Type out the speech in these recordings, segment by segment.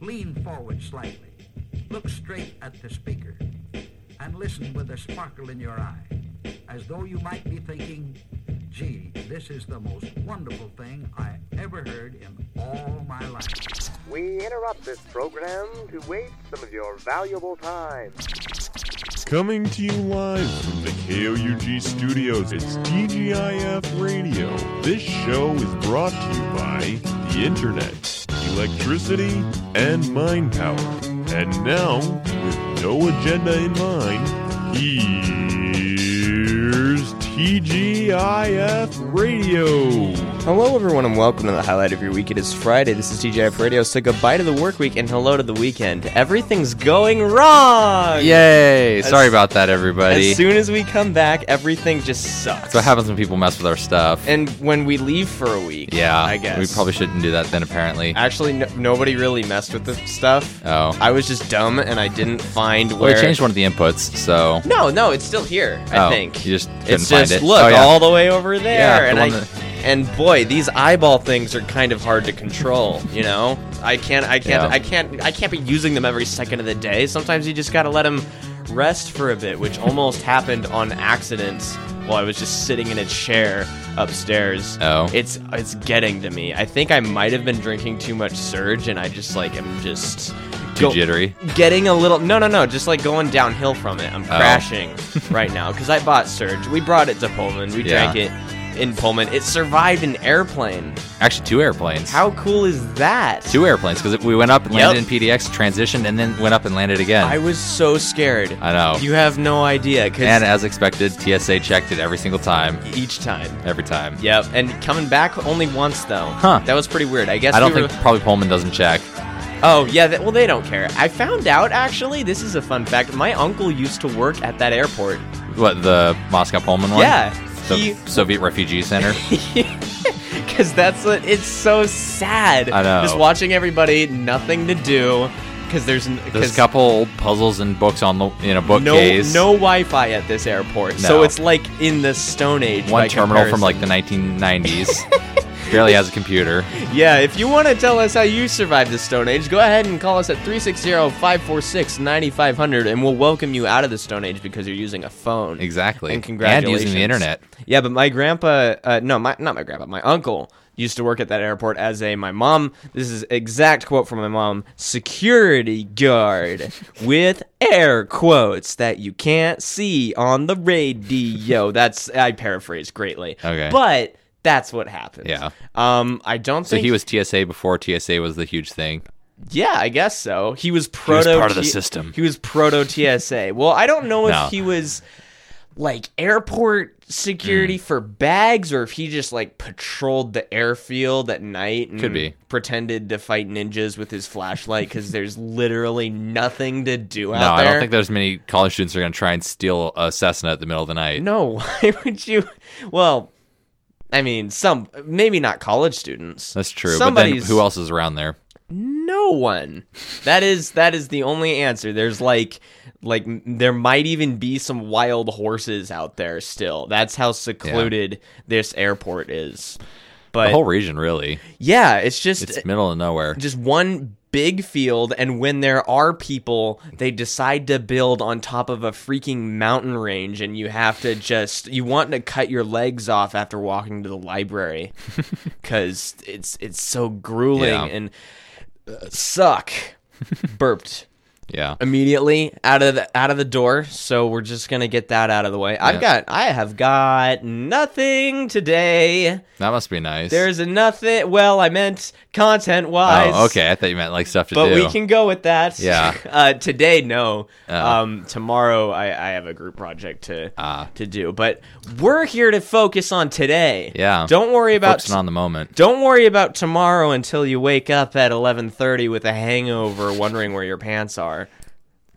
Lean forward slightly. Look straight at the speaker and listen with a sparkle in your eye, as though you might be thinking, gee, this is the most wonderful thing I ever heard in all my life. We interrupt this program to waste some of your valuable time. Coming to you live from the KOUG studios, it's DGIF Radio. This show is brought to you by the internet, electricity, and mind power. And now, with no agenda in mind, here's TGIF Radio. Hello, everyone, and welcome to the highlight of your week. It is Friday. This is TJF Radio. So goodbye to the work week and hello to the weekend. Everything's going wrong. Yay! Sorry about that, As everybody. soon as we come back, everything just sucks. That's what happens when people mess with our stuff. And when we leave for a week, yeah, I guess we probably shouldn't do that then. Apparently, Actually, no, nobody really messed with the stuff. Oh. I was just dumb and I didn't find where. well, we changed one of the inputs, so No, no, it's still here. I Oh, think you just couldn't it's find just it. look Oh, yeah. all the way over there, Yeah, the and I, one that- and boy, these eyeball things are kind of hard to control. You know, I can't, I can't, Yeah. I can't, I can't be using them every second of the day. Sometimes you just gotta let them rest for a bit, which almost happened on accident while I was just sitting in a chair upstairs. Oh. it's it's getting to me. I think I might have been drinking too much Surge, and I just like am just too go- jittery. getting a little no no no just like going downhill from it Oh. i'm crashing right now because i bought surge we brought it to pullman we Yeah. drank it in pullman it survived an airplane Actually, two airplanes. how cool is that Two airplanes because we went up and Yep. landed in PDX, transitioned, and then went up and landed again. i was so scared I know. you have no idea because and uh, as expected, TSA checked it every single time, each time every time. yep and coming back only once though Huh. that was pretty weird i guess I don't we were- think probably Pullman doesn't check. Oh yeah, th well they don't care. I found out actually. This is a fun fact. My uncle used to work at that airport. What the Moscow Pullman one? Yeah, The he- Soviet refugee center. Because that's what it's so sad. I know. Just watching everybody, nothing to do. Because there's n- There's a 'cause couple old puzzles and books on the in a no bookcase. no Wi-Fi at this airport, so No. it's like in the Stone Age. one by terminal from like comparison. the 1990s. Barely has a computer. yeah. If you want to tell us how you survived the Stone Age, go ahead and call us at 360-546-9500, and we'll welcome you out of the Stone Age because you're using a phone. Exactly. And congratulations. using the internet. Yeah, but my grandpa, uh, no, my, not my grandpa, my uncle used to work at that airport as a, my mom, this is exact quote from my mom, security guard with air quotes that you can't see on the radio. That's, I paraphrase greatly. Okay. But that's what happened. Yeah. Um, I don't So think he was TSA before TSA was the huge thing. yeah, I guess so. He was proto. part of the system. He was proto TSA. Well, I don't know if No. he was like airport security Mm. for bags, or if he just like patrolled the airfield at night and Could be. pretended to fight ninjas with his flashlight because there's literally nothing to do out no, there. I don't think there's many college students who are going to try and steal a Cessna at the middle of the night. No, why would you? Well, I mean, some maybe not college students. That's true. Somebody's But then who else is around there? no one that is that is the only answer there's like like m- there might even be some wild horses out there still that's how secluded this airport is The but whole region, really. yeah it's just It's middle of nowhere. just one big field and when there are people they decide to build on top of a freaking mountain range and you have to just you want to cut your legs off after walking to the library cuz it's it's so grueling Yeah. and uh, suck burped Yeah. immediately out of the out of the door so we're just going to get that out of the way i've got i have got nothing today That must be nice. there's a nothing well i meant content wise Oh, okay. I thought you meant like stuff to but do. we can go with that. Yeah. Uh, today, no. Oh. Um, tomorrow, I, I have a group project to Ah. to do. But we're here to focus on today. Yeah. Don't worry about. Focusing on the moment. don't worry about tomorrow until you wake up at 11:30 with a hangover, wondering where your pants are.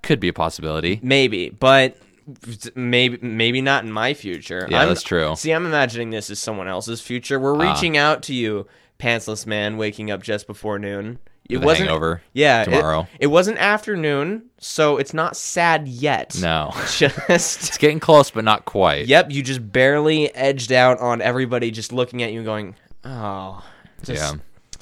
Could be a possibility. Maybe, but maybe maybe not in my future. Yeah, I'm- that's true. See, I'm imagining this as someone else's future. We're Ah. reaching out to you, pantsless man, waking up just before noon. It With a hangover Yeah, it- tomorrow. It, wasn't afternoon, so it's not sad yet. No. Just It's getting close, but not quite. yep, you just barely edged out on everybody just looking at you and going, oh, just Yeah.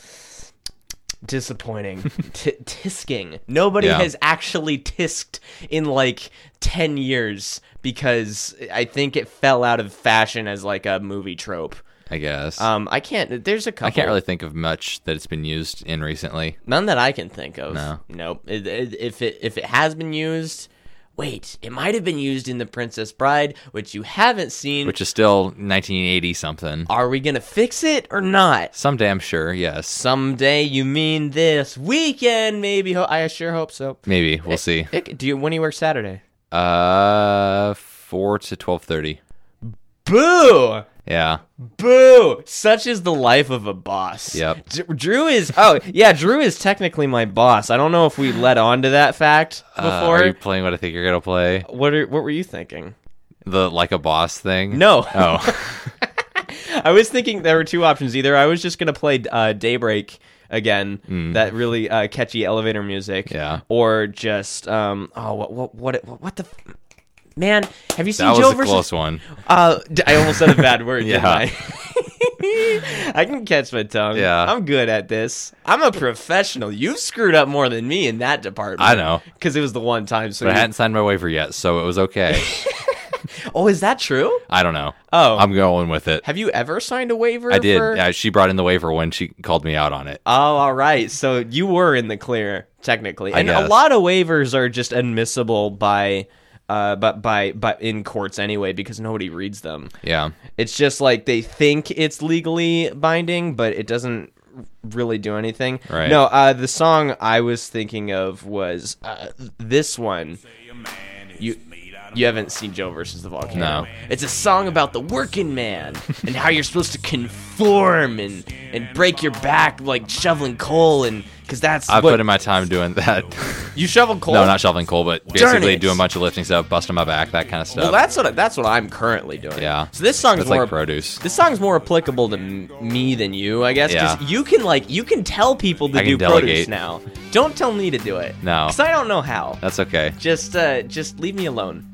disappointing. T- tisking. Nobody Yeah. has actually tisked in like 10 years because I think it fell out of fashion as like a movie trope. I guess. Um, I can't. There's a couple. I can't really think of much that it's been used in recently. None that I can think of. No. Nope. It, it, if it if it has been used, wait, it might have been used in The Princess Bride, which you haven't seen. which is still 1980 something. are we gonna fix it or not? Someday I'm sure, yes. Someday you mean this weekend? Maybe. Ho- I sure hope so. Maybe we'll see. Ick, do you when do you work Saturday? Uh, four to twelve thirty. Boo! Yeah, Boo! Such is the life of a boss. Yep. D- Drew is. Oh yeah, Drew is technically my boss. I don't know if we led on to that fact Uh, before. are you playing what I think you're gonna play? what are, what were you thinking? The like a boss thing? No. Oh, I was thinking there were two options. Either I was just gonna play uh, Daybreak again, that really uh, catchy elevator music. Mm. Yeah. Or just um. Oh, what what what what, what the. F- Man, have you seen that Joe was a versus? close one. Uh, d- I almost said a bad word, didn't Yeah. I? I can catch my tongue. Yeah. I'm good at this. I'm a professional. You've screwed up more than me in that department. I know. Because it was the one time. So But I you- hadn't signed my waiver yet, so it was okay. Oh, is that true? I don't know. Oh. I'm going with it. Have you ever signed a waiver? I did. for- Uh, she brought in the waiver when she called me out on it. Oh, all right. So you were in the clear technically, I and a guess. lot of waivers are just admissible by, uh, but by but in courts anyway because nobody reads them. Yeah, It's just like they think it's legally binding, but it doesn't really do anything. Right. No, uh, the song I was thinking of was uh, this one. You you haven't seen Joe versus the volcano. No. It's a song about the working man and how you're supposed to conform and and break your back like shoveling coal and because that's I what put in my time doing that. you shovel coal. no, not shoveling coal, but Darn basically it. doing a bunch of lifting stuff, busting my back, that kind of stuff. Well, that's what I, that's what I'm currently doing. Yeah. So this song's That's more like produce. This song's more applicable to m- me than you, I guess. 'cause Yeah. You can like you can tell people to I can do produce delegate. now. Don't tell me to do it. No. Because I don't know how. that's okay. Just uh, just leave me alone.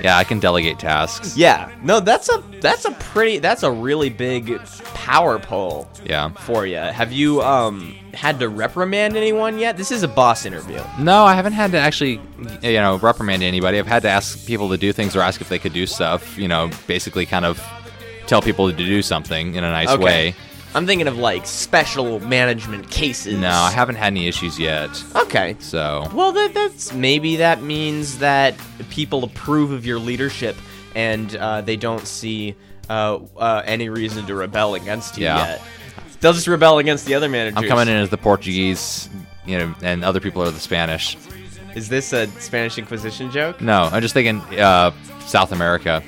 Yeah, I can delegate tasks. Yeah. No, that's a that's a pretty that's a really big power pole Yeah. for you. Have you um had to reprimand anyone yet? This is a boss interview. No, I haven't had to actually, you know, reprimand anybody. I've had to ask people to do things or ask if they could do stuff. You know, basically, kind of tell people to do something in a nice way. I'm thinking of like special management cases. No, I haven't had any issues yet. Okay. So Well, that, that's maybe that means that people approve of your leadership, and uh, they don't see uh, uh, any reason to rebel against you Yeah. yet. They'll just rebel against the other managers. I'm coming in as the Portuguese, you know, and other people are the Spanish. Is this a Spanish Inquisition joke? No, I'm just thinking uh, South America.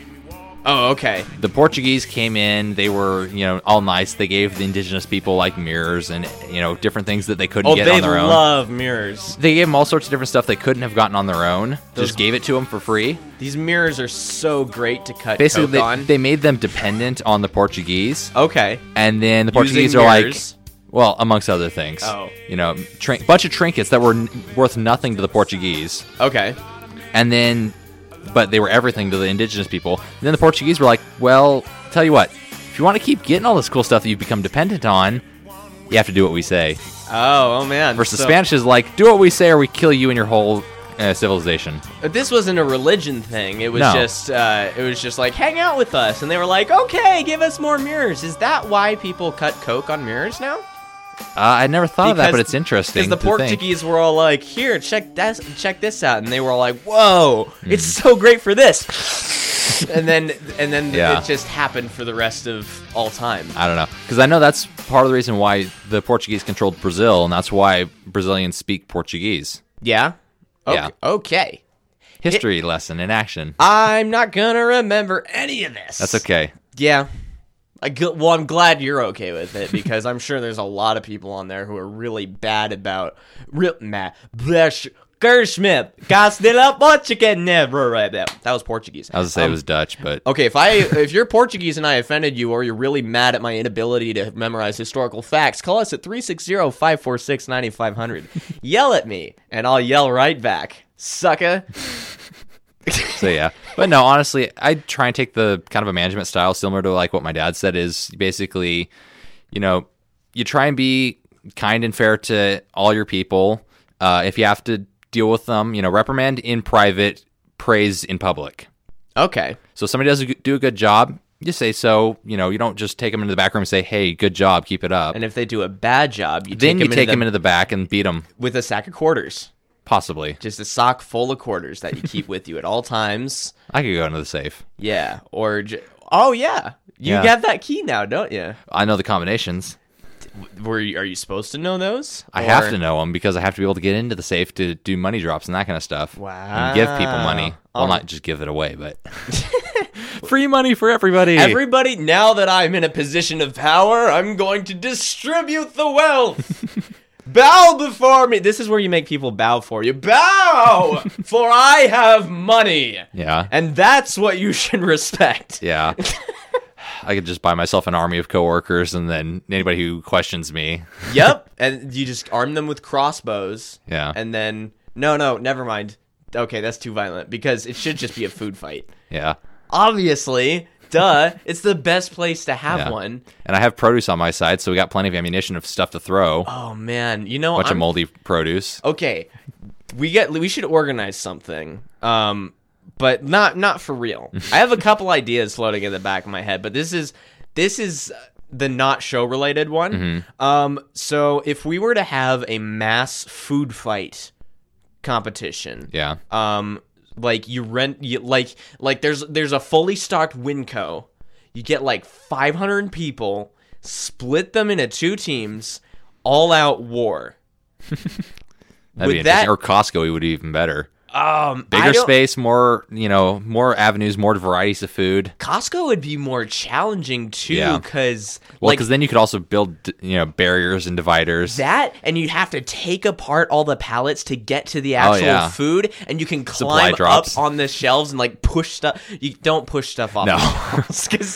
Oh, okay. The Portuguese came in. They were, you know, all nice. They gave the indigenous people like mirrors and you know different things that they couldn't Oh, get they on their own. love mirrors. they gave them all sorts of different stuff they couldn't have gotten on their own. Those- just gave it to them for free. These mirrors are so great to cut basically coke they, on. they made them dependent on the Portuguese, okay. and then the Portuguese Using are like, mirrors. well, amongst other things, Oh. you know, trin- bunch of trinkets that were n- worth nothing to the Portuguese, Okay. and then, but they were everything to the indigenous people. And then the Portuguese were like, well, tell you what, if you want to keep getting all this cool stuff that you've become dependent on. You have to do what we say. Oh, oh man. Versus So- Spanish is like, do what we say or we kill you and your whole uh, civilization. But this wasn't a religion thing. It was No. just uh, it was just like hang out with us, and they were like, okay, give us more mirrors. Is that why people cut coke on mirrors now? Uh, I never thought of that, but it's interesting. Because the to think. Portuguese were all like, here, check this, check this out, and they were all like, whoa, Mm-hmm. it's so great for this. and then and then Yeah. it just happened for the rest of all time. I don't know because I know that's part of the reason why the Portuguese controlled Brazil, and that's why Brazilians speak Portuguese. Yeah. Okay. Yeah. Okay. History lesson in action. I'm not gonna remember any of this. That's okay. Yeah. I g- well, I'm glad you're okay with it because I'm sure there's a lot of people on there who are really bad about real Matt Blash Gershmith. Castilla Portuguese. Right, that that was Portuguese. I was gonna say Um, it was Dutch, but Okay, if I if you're Portuguese and I offended you or you're really mad at my inability to memorize historical facts, call us at 360-546-9500. yell at me and I'll yell right back. Sucker. so yeah. But no, honestly, I try and take the kind of a management style similar to like what my dad said is basically, you know, you try and be kind and fair to all your people. Uh, if you have to deal with them, you know, reprimand in private, praise in public. Okay. So if somebody does a g- do a good job, you say so. You know, you don't just take them into the back room and say, "Hey, good job, keep it up." And if they do a bad job, you then take you take them them into the back and beat them, with a sack of quarters, possibly. just a sock full of quarters that you keep with you at all times. I could go into the safe. Yeah. Or j- oh yeah, you Yeah. got that key now, don't you? I know the combinations. Were you, are you supposed to know those? I have Or- to know them because I have to be able to get into the safe to do money drops and that kind of stuff. And give people money. Wow. Well, Um, not just give it away, but free money for everybody. Everybody, now that I'm in a position of power, I'm going to distribute the wealth. bow before me. This is where you make people bow for you. Bow, for I have money. yeah. And that's what you should respect. yeah. I could just buy myself an army of coworkers and then anybody who questions me. yep. And you just arm them with crossbows. Yeah. And then, no, no, never mind. Okay, that's too violent because it should just be a food fight. Yeah. Obviously, duh. It's the best place to have Yeah. one. And I have produce on my side, so we got plenty of ammunition of stuff to throw. Oh man, you know Bunch I'm of moldy produce. okay we get we should organize something um but not not for real i have a couple ideas floating in the back of my head but this is this is the not show related one Mm-hmm. um so if we were to have a mass food fight competition Yeah. um like you rent you, like like there's there's a fully stocked winco you get like 500 people split them into two teams all out war That'd be with interesting. that- Or Costco, it would be even better. um I Bigger don't- space, more, you know, more avenues, more varieties of food. Costco would be more challenging too, Yeah. because Well, like because then you could also build, d- you know, barriers and dividers. that, and you have to take apart all the pallets to get to the actual Oh, yeah. food, and you can Supply climb up drops. on the shelves and like push stuff. You don't push stuff off. No.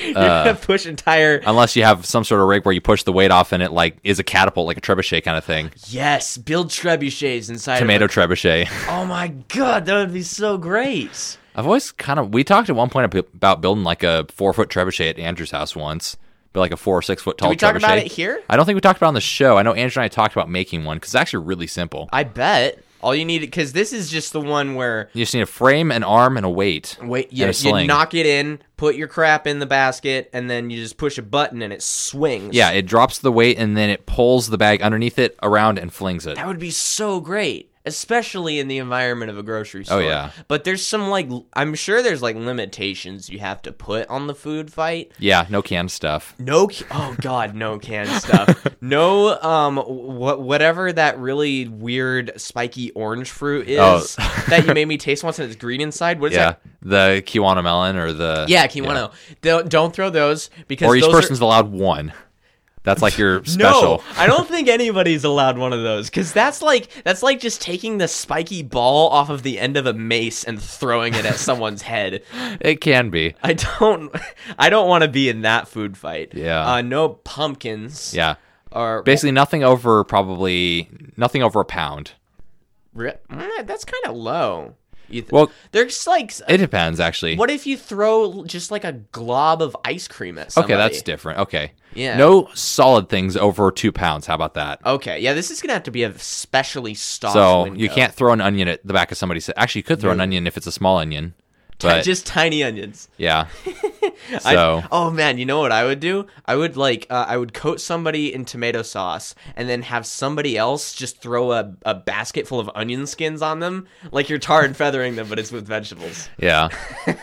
Uh, um, because you're gonna push entire. Unless you have some sort of rig where you push the weight off and it like is a catapult, like a trebuchet kind of thing. yes, build trebuchets inside. Tomato Of trebuchet. a, oh my god, that would be so great. I've always kind of. We talked at one point ab- about building like a four foot trebuchet at Andrew's house once, but like a four or six foot tall. we talk about trebuchet. it here? I don't think we talked about it on the show. I know Andrew and I talked about making one because it's actually really simple. I bet all you need because this is just the one where you just need a frame, an arm, and a weight. Wait, and you, a sling. you knock it in, put your crap in the basket, and then you just push a button and it swings. Yeah, it drops the weight and then it pulls the bag underneath it around and flings it. That would be so great, especially in the environment of a grocery store. Oh, yeah. But there's some, like, l- I'm sure there's, like, limitations you have to put on the food fight. Yeah, no canned stuff. No, c- oh, God, no canned stuff. No, um, wh- whatever that really weird spiky orange fruit is Oh. that you made me taste once and it's green inside. What is Yeah, that? the Kiwana melon or the Yeah, Kiwano. Don't, don't throw those because or each those are- person's allowed one. That's like your special. No, I don't think anybody's allowed one of those because that's like that's like just taking the spiky ball off of the end of a mace and throwing it at someone's head. It can be. I don't, I don't want to be in that food fight. Yeah. Uh, no pumpkins. Yeah. Or Basically, nothing over probably nothing over a pound. Re- mm, that's kind of low. You th- Well, there's like, It depends, actually. what if you throw just like a glob of ice cream at somebody? okay, that's different. Okay. Yeah. No solid things over two pounds. How about that? Okay, yeah, this is gonna have to be a specially stocked. so Oh, window. you can't throw an onion at the back of somebody's. Actually, you could throw an onion if it's a small onion. But just tiny onions. yeah. I- so oh man, you know what I would do? I would like uh, I would coat somebody in tomato sauce and then have somebody else just throw a, a basket full of onion skins on them, like you're tar and feathering them, but it's with vegetables. yeah,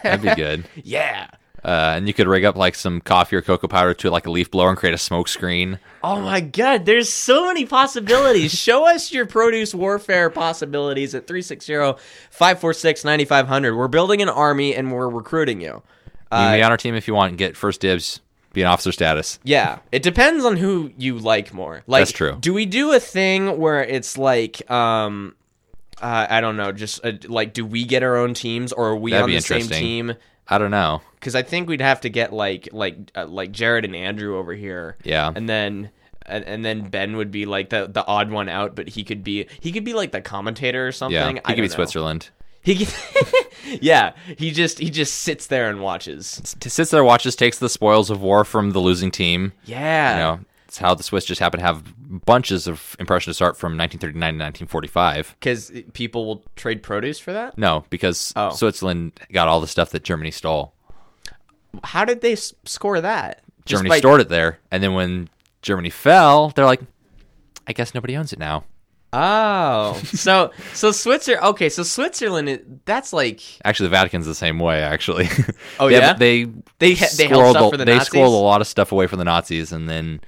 that'd be good. Yeah. Uh, and you could rig up like some coffee or cocoa powder to like a leaf blower and create a smoke screen. Oh my god, there's so many possibilities. Show us your produce warfare possibilities at 360-546-9500. We're building an army and we're recruiting you. You Uh, can be on our team if you want and get first dibs. Be an officer status. Yeah, it depends on who you like more. Like, That's true. Do we do a thing where it's like, um, uh, I don't know, just uh like, do we get our own teams or are we That'd on be the same interesting. team? I don't know. Because I think we'd have to get like like uh, like Jared and Andrew over here. Yeah. and then. And, and then Ben would be like the, the odd one out, but he could be he could be like the commentator or something. Yeah, you I could be don't know. Switzerland. He could, yeah, he just he just sits there and watches. T- sits there, watches, takes the spoils of war from the losing team. Yeah, You know, That's how the Swiss just happen to have bunches of impressionist art from 1939 to 1945. because people will trade produce for that. No, because Oh. Switzerland got all the stuff that Germany stole. How did they s- score that? Just Germany by- stored it there, and then when Germany fell, they're like, I guess nobody owns it now. Oh, so so Switzer. Okay, so Switzerland. is- That's like Actually, the Vatican's the same way. Actually, Oh, They- yeah? they They ha- they held squirreled stuff a- for the they Nazis? squirreled a lot of stuff away from the Nazis, and then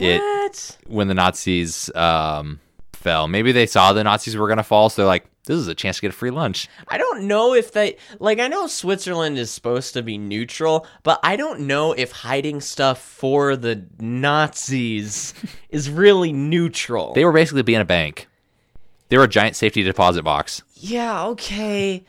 it what? when the Nazis um, fell, maybe they saw the Nazis were gonna fall, so they're like, this is a chance to get a free lunch. I don't know if they like. I know Switzerland is supposed to be neutral, but I don't know if hiding stuff for the Nazis is really neutral. They were basically being a bank. They were a giant safety deposit box. yeah, okay,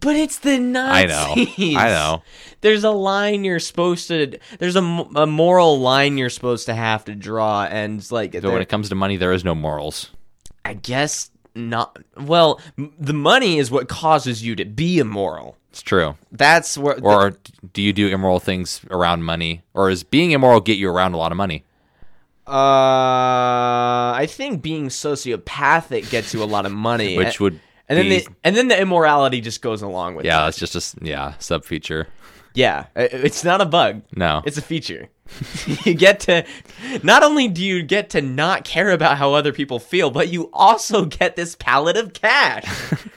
but it's the I Nazis. know. I know. There's a line you're supposed to. There's a, m- a moral line you're supposed to have to draw, and like But when there- it comes to money, there is no morals. I guess not. Well, m- the money is what causes you to be immoral. It's true. That's where. Or do you do immoral things around money, or is being immoral get you around a lot of money? Uh, I think being sociopathic gets you a lot of money, Which and- would and then be- the and then the immorality just goes along with Yeah, it. it's just a s- yeah sub feature. Yeah, I- it's not a bug. No, It's a feature. you get to not only do you get to not care about how other people feel, but you also get this pallet of cash.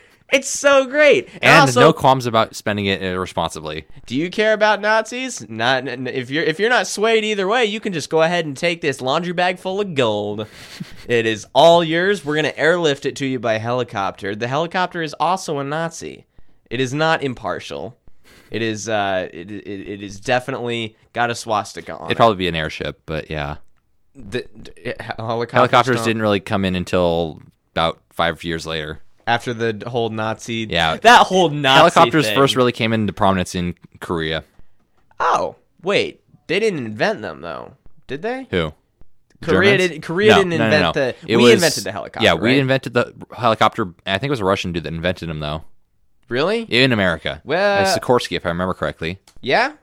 it's so great. And, and also, no qualms about spending it irresponsibly. do you care about Nazis? Not n- if you're if you're not swayed either way, you can just go ahead and take this laundry bag full of gold. it is all yours. We're gonna airlift it to you by helicopter. The helicopter is also a Nazi. It is not impartial. It is uh it it, it is definitely got a swastika on it. It'd probably be an airship, but yeah, The, d- it- helicopters, helicopters don't- didn't really come in until about five years later. after the whole Nazi. Yeah. that whole Nazi. helicopters thing. first really came into prominence in Korea. Oh wait, they didn't invent them though, did they? Who? Korea Germans? did. Korea No, didn't no, no, invent no. the. It we was- invented the helicopter. Yeah, we right? invented the helicopter. I think it was a Russian dude that invented them, though, Really? in America. Well- Uh, Sikorsky, if I remember correctly. Yeah.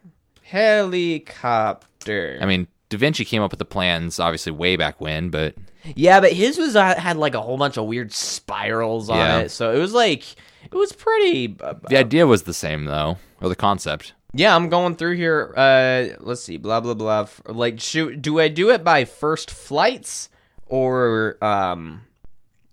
Helicopter. I mean, Da Vinci came up with the plans, obviously, way back when, but yeah, but his was uh, had like a whole bunch of weird spirals on Yeah. it, so it was like it was pretty. uh, the idea was the same, though, or the concept. yeah, I'm going through here. Uh, let's see. Blah blah blah. F- Like, shoot, do I do it by first flights or um,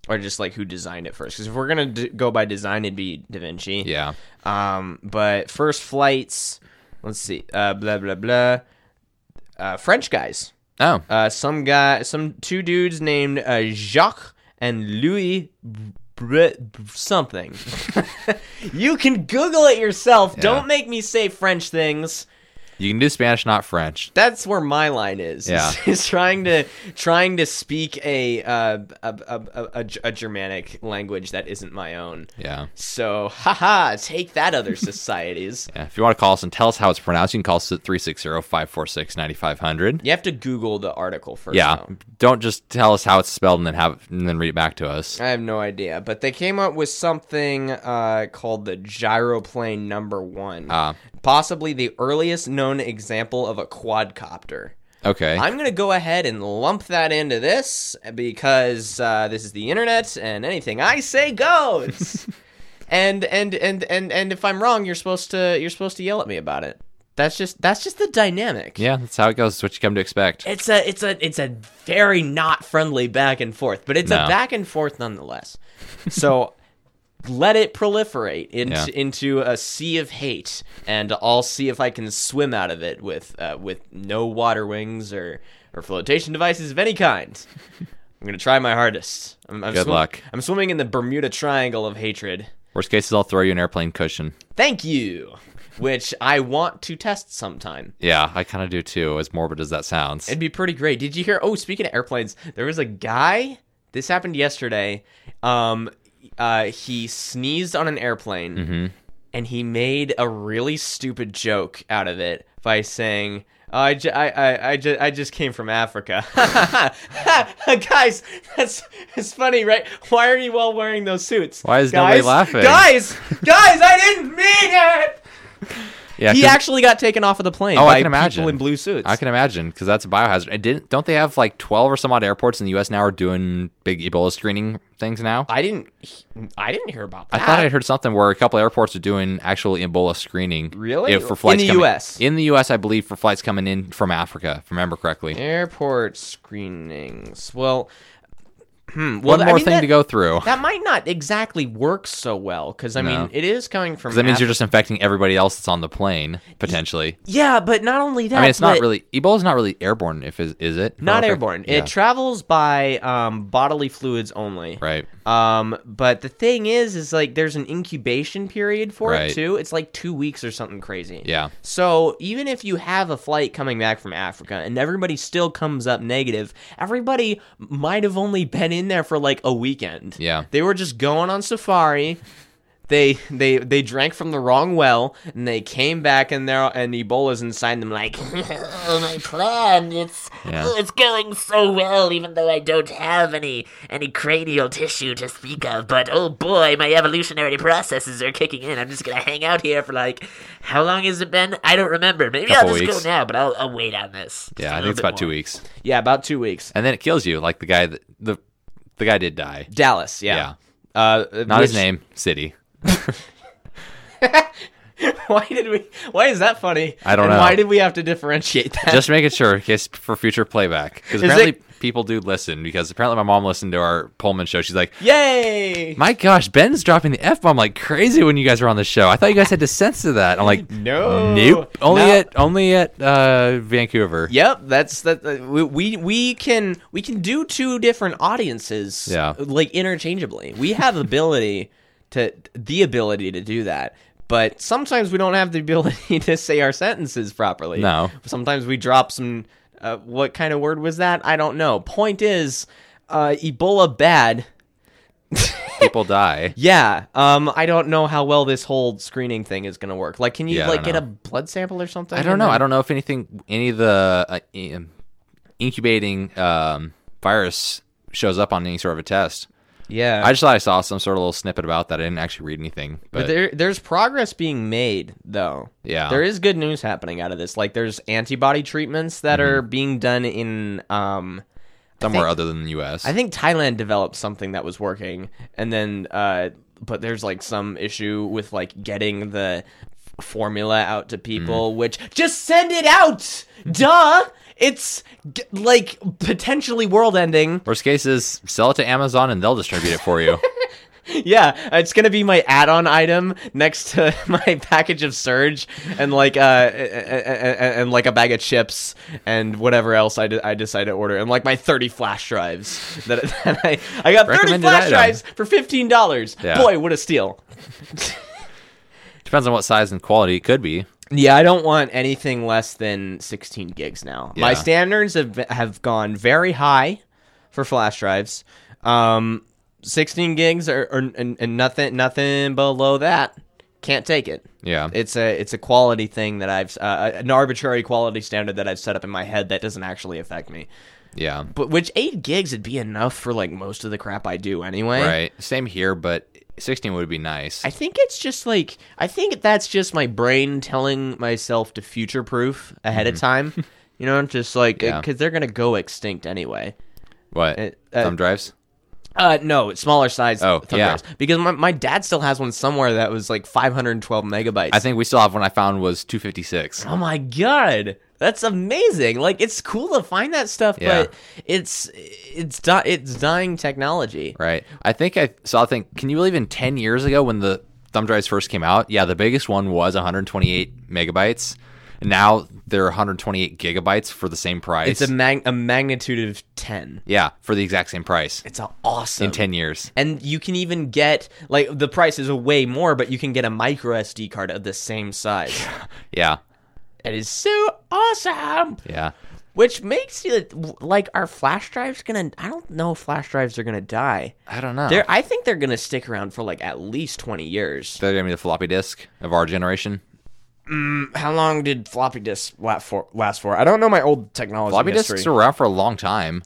or just like who designed it first? Because if we're gonna d- go by design, it'd be Da Vinci. Yeah. Um, but first flights, let's see, uh, blah blah blah. Uh, French guys. Oh, Uh, some guy, some two dudes named uh, Jacques and Louis Bre- something. you can Google it yourself. Don't make me say French things. you can do Spanish, not French. That's where my line is. Yeah. is- is trying to trying to speak a uh, a, a, a, a, a Germanic language that isn't my own. Yeah. So, haha, take that, other societies. Yeah, if you want to call us and tell us how it's pronounced, you can call us at 360-546-9500. You have to Google the article first. Yeah. though. Don't just tell us how it's spelled and then have and then read it back to us. I have no idea, but they came up with something uh, called the gyroplane number one, Ah. possibly the earliest known example of a quadcopter. Okay. I'm gonna go ahead and lump that into this because uh, this is the internet and anything I say goes. and, and and and and if I'm wrong, you're supposed to you're supposed to yell at me about it. That's just that's just the dynamic. yeah, that's how it goes. It's what you come to expect. It's a it's a it's a very not friendly back and forth, but it's a No. back and forth nonetheless. so let it proliferate into Yeah. into a sea of hate, and I'll see if I can swim out of it with uh, with no water wings or or flotation devices of any kind. I'm gonna try my hardest. I'm, I'm Good luck. I'm swimming in the Bermuda Triangle of hatred. Worst case is I'll throw you an airplane cushion. Thank you, which I want to test sometime. Yeah, I kind of do too, as morbid as that sounds. It'd be pretty great. Did you hear? Oh, speaking of airplanes, there was a guy. This happened yesterday. Um, uh, he sneezed on an airplane, Mm-hmm. and he made a really stupid joke out of it by saying. Oh, I, ju- I, I, I, ju- I just came from Africa. Guys, that's it's funny, right? Why are you all wearing those suits? Why is guys, nobody laughing? Guys, guys, I didn't mean it! Yeah, he 'cause- actually got taken off of the plane Oh, by I can imagine people in blue suits. I can imagine because that's a biohazard. And didn't don't they have like twelve or some odd airports in the U.S. now are doing big Ebola screening things now? I didn't. he- I didn't hear about I that. thought I heard something where a couple airports are doing actual Ebola screening. Really? If for flights In the coming- US? In the U.S., I believe for flights coming in from Africa, if I remember correctly. airport screenings. Well, hmm, well, One I more mean, thing that- to go through That might not exactly work so well because I No. mean it is coming from. because that means you're Af- just infecting everybody else that's on the plane potentially. Yeah, but not only that. I mean, it's not but really Ebola is not really airborne, if is is it? not Okay. airborne. Yeah. It travels by um, bodily fluids only. right. Um, but the thing is, is like there's an incubation period for Right. it too. It's like two weeks or something crazy. Yeah. So even if you have a flight coming back from Africa and everybody still comes up negative, everybody might have only been in there for like a weekend. Yeah. They were just going on safari. They they they drank from the wrong well and they came back and there and Ebola's inside them like Oh, my plan. It's Yeah. oh, it's going so well, even though I don't have any any cranial tissue to speak of. But oh boy, my evolutionary processes are kicking in. I'm just gonna hang out here for like how long has it been? I don't remember. Maybe Couple I'll just weeks. go now, but I'll, I'll wait on this. Just Yeah, a I little think it's bit about two more. weeks, yeah about two weeks and then it kills you. Like the guy that the the guy did die. Dallas yeah, uh Not his which- name, city. Why did we? Why is that funny? I don't And know. Why did we have to differentiate that? Just making sure, in case for future playback, Is because apparently people do listen. Because apparently my mom listened to our Pullman show. She's like, yay! "My gosh, Ben's dropping the f bomb like crazy when you guys were on the show. I thought you guys had to censor that." I'm like, No. nope, only No. at only at uh, Vancouver." Yep, that's that. Uh, we, we we can we can do two different audiences. Yeah. like interchangeably. We have ability to the ability to do that, but sometimes we don't have the ability to say our sentences properly. No. sometimes we drop some. Uh, what kind of word was that? I don't know. Point is, uh, Ebola bad. people die. Yeah. Um. I don't know how well this whole screening thing is gonna work. Like, can you Yeah, I like don't get a know. blood sample or something? I don't know. I don't know if anything, any of the uh, in- incubating um, virus shows up on any sort of a test. Yeah. I just thought I saw some sort of little snippet about that. I didn't actually read anything, but, but, there, there's progress being made though. Yeah. There is good news happening out of this. Like, there's antibody treatments that are Mm-hmm. being done in um. somewhere other than the U.S. I think Thailand developed something that was working, and then uh, but there's like some issue with like getting the f- formula out to people, Mm. which just send it out, duh. It's g- like potentially world-ending. Worst case is sell it to Amazon and they'll distribute it for you. Yeah, it's gonna be my add-on item next to my package of Surge and like uh a- a- a- and like a bag of chips and whatever else I, de- I decide to order and like my thirty flash drives that, that I I got thirty Recommended flash item. drives for fifteen dollars. Yeah. Boy, what a steal! Depends on what size and quality it could be. Yeah, I don't want anything less than sixteen gigs now. My Yeah. standards have have gone very high for flash drives. Um, sixteen gigs or, or and, and nothing nothing below that can't take it. Yeah. It's a it's a quality thing that I've uh, an arbitrary quality standard that I've set up in my head that doesn't actually affect me. yeah. But which eight gigs would be enough for like most of the crap I do anyway. Right. Same here, but 16 would be nice. I think it's just like I think that's just my brain telling myself to future proof ahead of time. You know, just like Mm-hmm. Yeah. because they're gonna go extinct anyway. what? it- uh, Thumb drives? Uh, no, smaller size. Oh, thumb yeah. drives. because my, my dad still has one somewhere that was like 512 megabytes. I think we still have one I found was 256. Oh my god, that's amazing! Like it's cool to find that stuff, Yeah. but it's it's di- it's dying technology. Right. I think I saw a thing. Can you believe in 10 years ago when the thumb drives first came out? Yeah, the biggest one was 128 megabytes. Now they're 128 gigabytes for the same price. It's a mag- a magnitude of 10. yeah, for the exact same price It's a awesome. in 10 years. and you can even get like the price is way more, but you can get a micro SD card of the same size. Yeah. it is so awesome, Yeah. which makes it like are flash drives gonna? I don't know. if Flash drives are gonna die. I don't know. They're, I think they're gonna stick around for like at least 20 years. They're going to be the floppy disk of our generation. How long did floppy disks la- for, last for? I don't know my old technology. Floppy history. disks are around for a long time.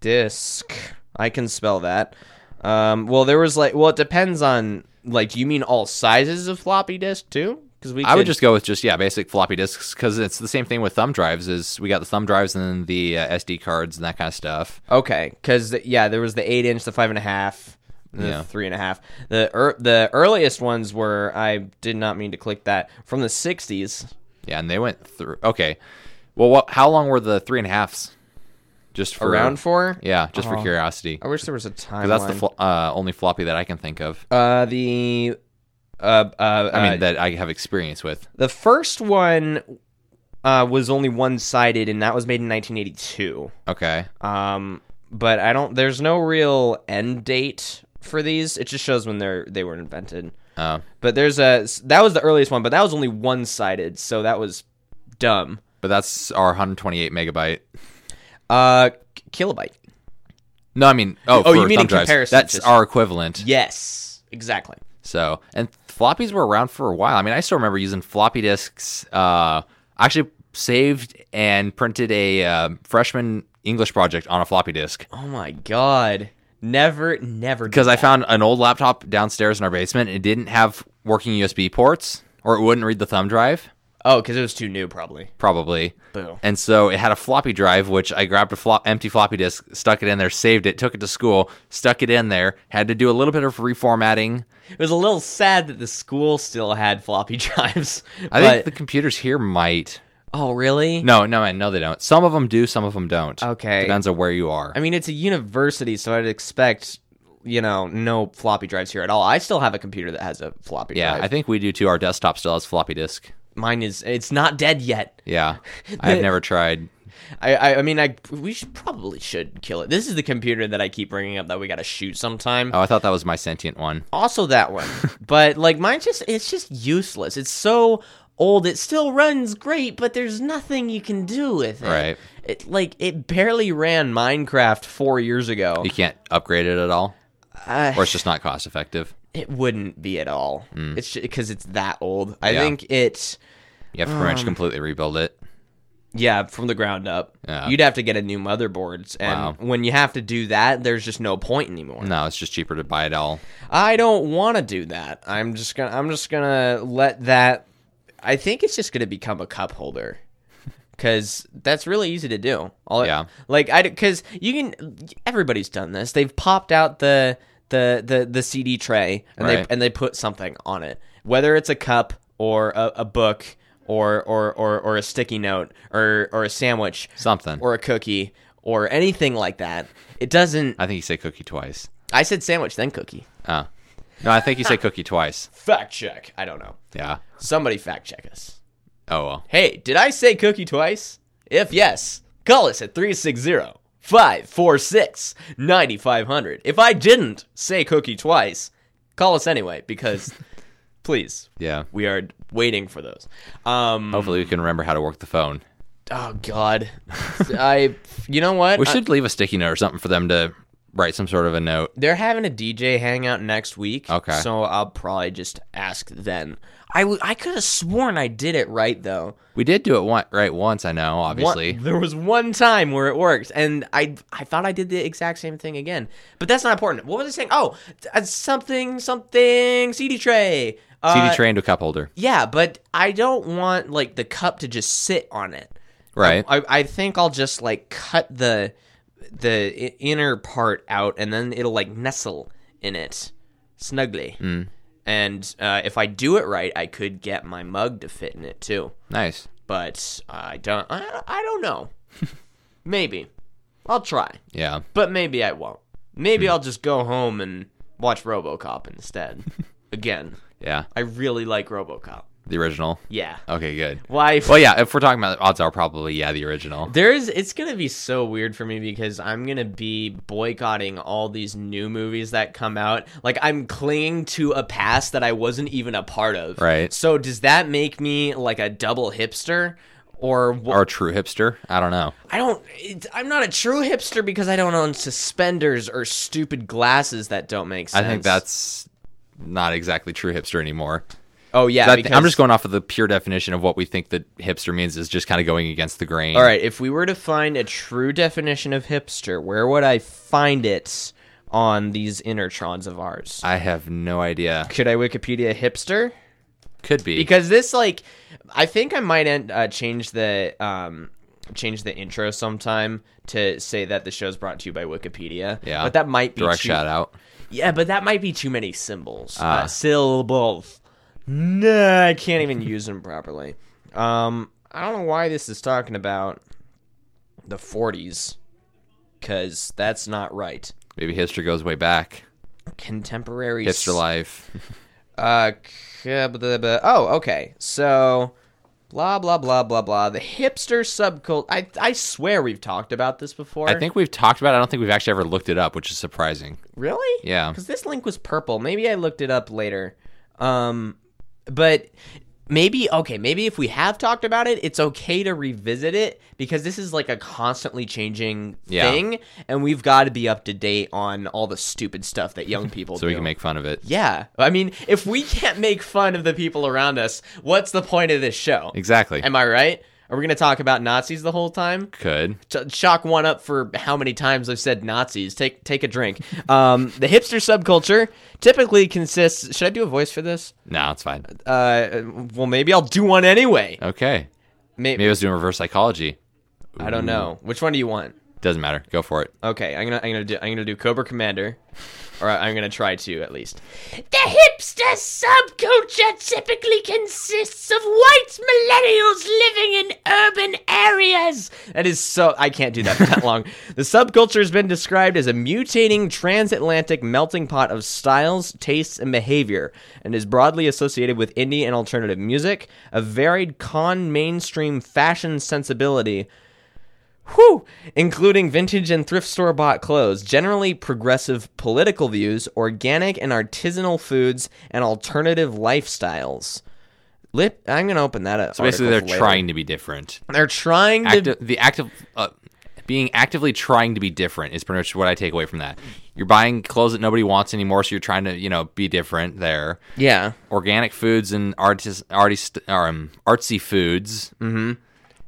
disk. I can spell that. Um, well, there was like, well, it depends on like, do you mean all sizes of floppy disk too? Because we, I would could- just go with just yeah, basic floppy disks because it's the same thing with thumb drives. Is we got the thumb drives and then the uh, SD cards and that kind of stuff. Okay, because yeah, there was the eight inch, the five and a half, the Yeah. three and a half. The er, the earliest ones were I did not mean to click that from the '60s. Yeah, and they went through. Okay, well, what? How long were the three and a halfs? Just for Around for Yeah, just for curiosity. I wish there was a time. 'Cause that's the fl- uh, only floppy that I can think of. uh the uh, uh I mean, uh, that I have experience with. the first one uh was only one sided, and that was made in 1982. Okay, Um, but I don't. There's no real end date for these. It just shows when they're they were invented. uh, But there's a that was the earliest one, but that was only one sided, so that was dumb. but that's our 128 megabyte. Uh, k- kilobyte. No, I mean, oh, Oh, for you mean in thumb drives. comparison, That's just- our equivalent. Yes, exactly. So, and floppies were around for a while. I mean, I still remember using floppy disks. Uh, I actually saved and printed a uh, freshman English project on a floppy disk Oh my god, never, never. do because I that. found an old laptop downstairs in our basement. It didn't have working USB ports, or it wouldn't read the thumb drive, oh, because it was too new, probably. probably. Boo. And so it had a floppy drive, which I grabbed a flop, empty floppy disk, stuck it in there, saved it, took it to school, stuck it in there, had to do a little bit of reformatting. It was a little sad that the school still had floppy drives. I but, think the computers here might oh, really? No, no, man, no, they don't. Some of them do, some of them don't. Okay. Depends on where you are. I mean, it's a university, so I'd expect you know no floppy drives here at all. I still have a computer that has a floppy yeah, drive. I think we do too. Our desktop still has floppy disk. mine is. It's not dead yet. Yeah. I've never tried. I, I, I mean, I we should probably should kill it. This is the computer that I keep bringing up that we got to shoot sometime. Oh, I thought that was my sentient one. Also that one, but like mine, just it's just useless. It's so old. It still runs great, but there's nothing you can do with it. Right. It like it barely ran Minecraft four years ago. You can't upgrade it at all, Uh, or it's just not cost effective. it wouldn't be at all. It's because it's that old. I Mm. Yeah. think it. You have to pretty much completely rebuild it. Yeah, from the ground up. Yeah. You'd have to get a new motherboards, and Wow. when you have to do that, there's just no point anymore. No, it's just cheaper to buy it all. I don't want to do that. I'm just gonna. I'm just gonna let that. I think it's just gonna become a cup holder, because that's really easy to do. All Yeah. Like I, because you can. Everybody's done this. They've popped out the the the the CD tray and Right. they and they put something on it, whether it's a cup or a, a book or, or or or a sticky note or or a sandwich Something. or a cookie or anything like that. It doesn't. I think you say cookie twice. I said sandwich then cookie. Uh, no, I think you say cookie twice. Fact check. I don't know. Yeah. Somebody fact check us. Oh, well. Hey, did I say cookie twice? If yes, call us at 360 546 9500. If I didn't say cookie twice, call us anyway because please, Yeah. we are waiting for those. Um, Hopefully, we can remember how to work the phone. oh, God. I, you know what? Uh, We I- should leave a sticky note or something for them to write some sort of a note. they're having a DJ hangout next week. Okay. So I'll probably just ask then. I, w- I could have sworn I did it right, though. We did do it one, right once, I know, One- obviously. there was one time where it worked, and I I thought I did the exact same thing again. But that's not important. What was I saying? Oh, th- uh, something something CD tray. Uh, CD tray into a cup holder. Yeah, but I don't want like the cup to just sit on it. Right. I I think I'll just like cut the the i- inner part out, and then it'll like nestle in it snugly. Mm. And uh, if I do it right, I could get my mug to fit in it too Nice. but I don't. I, I don't know. maybe I'll try, Yeah. but maybe I won't. Maybe I'll just go home and watch RoboCop instead. Again, Yeah. I really like RoboCop. The original. Yeah. Okay, good. Why? Well, yeah, if we're talking about odds are probably, yeah, the original. There is. It's gonna be so weird for me because I'm gonna be boycotting all these new movies that come out. Like I'm clinging to a past that I wasn't even a part of. Right. So does that make me like a double hipster, or wh- Or a true hipster. I don't know. I don't. It, I'm not a true hipster because I don't own suspenders or stupid glasses that don't make I sense. think that's not exactly true hipster anymore. Oh yeah, That- because, I'm just going off of the pure definition of what we think that hipster means is just kind of going against the grain. All right, if we were to find a true definition of hipster, where would I find it on these intertrons of ours? I have no idea. Could I Wikipedia hipster? Could be. because this like i think i might end uh, change the um change the intro sometime to say that the show's brought to you by wikipedia Yeah. but that might be direct too, shout out. yeah but that might be too many symbols uh, Ah. syllables no i can't even use them properly um i don't know why this is talking about the 40s because that's not right Maybe history goes way back. contemporary Hipster life. Uh, k- blah, blah, blah. oh, okay. So, blah blah blah blah blah. The hipster subculture. I I swear we've talked about this before. I think we've talked about. it. I don't think we've actually ever looked it up, which is surprising. really. Yeah. Because this link was purple. Maybe I looked it up later. Um, but maybe okay. Maybe if we have talked about it, it's okay to revisit it because this is like a constantly changing Yeah. thing, and we've got to be up to date on all the stupid stuff that young people So do. we can make fun of it. Yeah. I mean, if we can't make fun of the people around us, what's the point of this show? Exactly. Am I right? Are we going to talk about Nazis the whole time? Could. Ch- chalk one up for how many times I've said Nazis. Take take a drink. Um, the hipster subculture typically consists. Should I do a voice for this? No, it's fine. Uh, well, maybe I'll do one anyway. Okay. Maybe I Maybe was doing reverse psychology. I don't know. Which one do you want? Doesn't matter. Go for it. Okay, I'm gonna I'm gonna do I'm gonna do Cobra Commander, or I- I'm gonna try to at least. The hipster subculture typically consists of white millennials living in urban areas. That is so. I can't do that for that long. The subculture has been described as a mutating transatlantic melting pot of styles, tastes, and behavior, and is broadly associated with indie and alternative music, a varied con mainstream fashion sensibility. Whew! Including vintage and thrift store bought clothes, generally progressive political views, organic and artisanal foods, and alternative lifestyles. Lip, I'm gonna open that up. So basically, they're article for later. trying to be different. They're trying to Acti- the active. Uh, being actively trying to be different is pretty much what I take away from that. You're buying clothes that nobody wants anymore, so you're trying to, you know, be different there. yeah. organic foods and artis- artist um, artsy foods. Mm-hmm.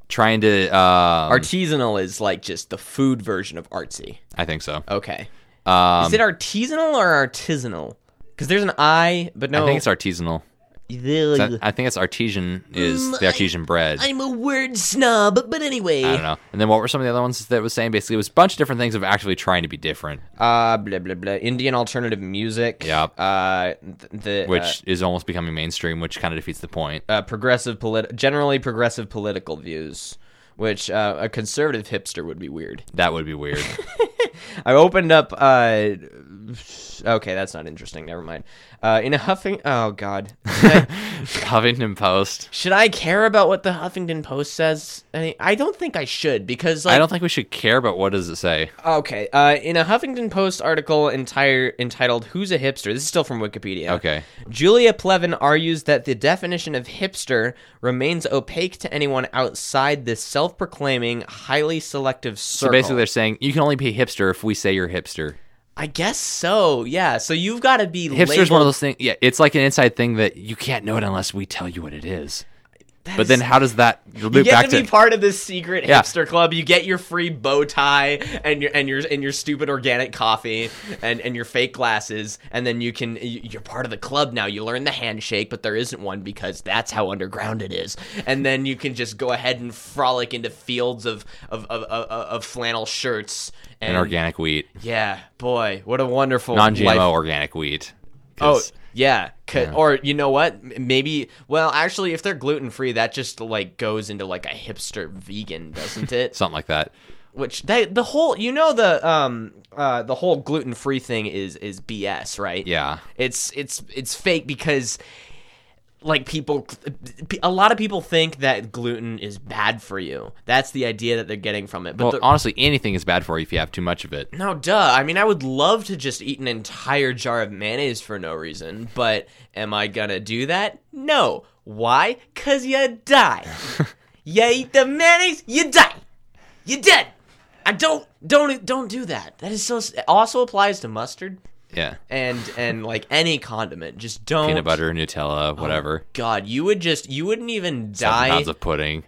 Trying to, uh, Artisanal is like just the food version of artsy. I think so. Okay. Um, Is it artisanal or artisanal? Because there's an I, but no. I think it's artisanal. Is that- I think it's artesian is Mm, the artesian bread. I, I'm a word snob, but anyway. don't know. And then what were some of the other ones that was saying? Basically, it was a bunch of different things of actually trying to be different, Uh, blah blah blah. Indian alternative music. Yep. Uh, th- the which uh, is almost becoming mainstream, which kind of defeats the point. uh, progressive polit generally progressive political views, which uh, a conservative hipster would be weird. That would be weird. I opened up. Uh, okay, that's not interesting. Never mind. Uh, in a huffing. Oh God. Huffington Post. Should I care about what the Huffington Post says? I, I don't think I should because like I don't think we should care about what does it say. okay, uh, in a Huffington Post article entire entitled "Who's a Hipster?" This is still from Wikipedia. Okay. Julia Plevin argues that the definition of hipster remains opaque to anyone outside this self-proclaiming, highly selective circle. So basically, they're saying you can only be hipster if we say you're hipster. I guess so. Yeah. So you've got to be Hipster's labeled- one of those things. Yeah, it's like an inside thing that you can't know it unless we tell you what it is. but then how does that loop You get back to be to? part of this secret Yeah. hipster club. You get your free bow tie and your and your and your stupid organic coffee and and your fake glasses, and then you can you- you're part of the club now. You learn the handshake, but there isn't one because that's how underground it is. And then you can just go ahead and frolic into fields of of of, of, of flannel shirts and, an organic wheat, Yeah, boy, what a wonderful non-GMO life organic wheat. Oh 'Cause yeah, 'cause- or you know what? M- Maybe. Well, actually, if they're gluten free, that just like goes into like a hipster vegan, doesn't it? something like that. Which they, the whole you know the um uh the whole gluten free thing is is BS, right? Yeah, It's it's it's fake because like people a lot of people think that gluten is bad for you. That's the idea that they're getting from it. But well, the- honestly, anything is bad for you if you have too much of it. no, duh. I mean, I would love to just eat an entire jar of mayonnaise for no reason, but am I gonna do that? No. Why? Cause you die. you eat the mayonnaise, you die. You dead. I don't, don't, don't do that. That is so. s- Also applies to mustard Yeah, and and like any condiment. Just don't. peanut butter, Nutella, whatever. God, you would just, you wouldn't even Seven die. pounds of pudding.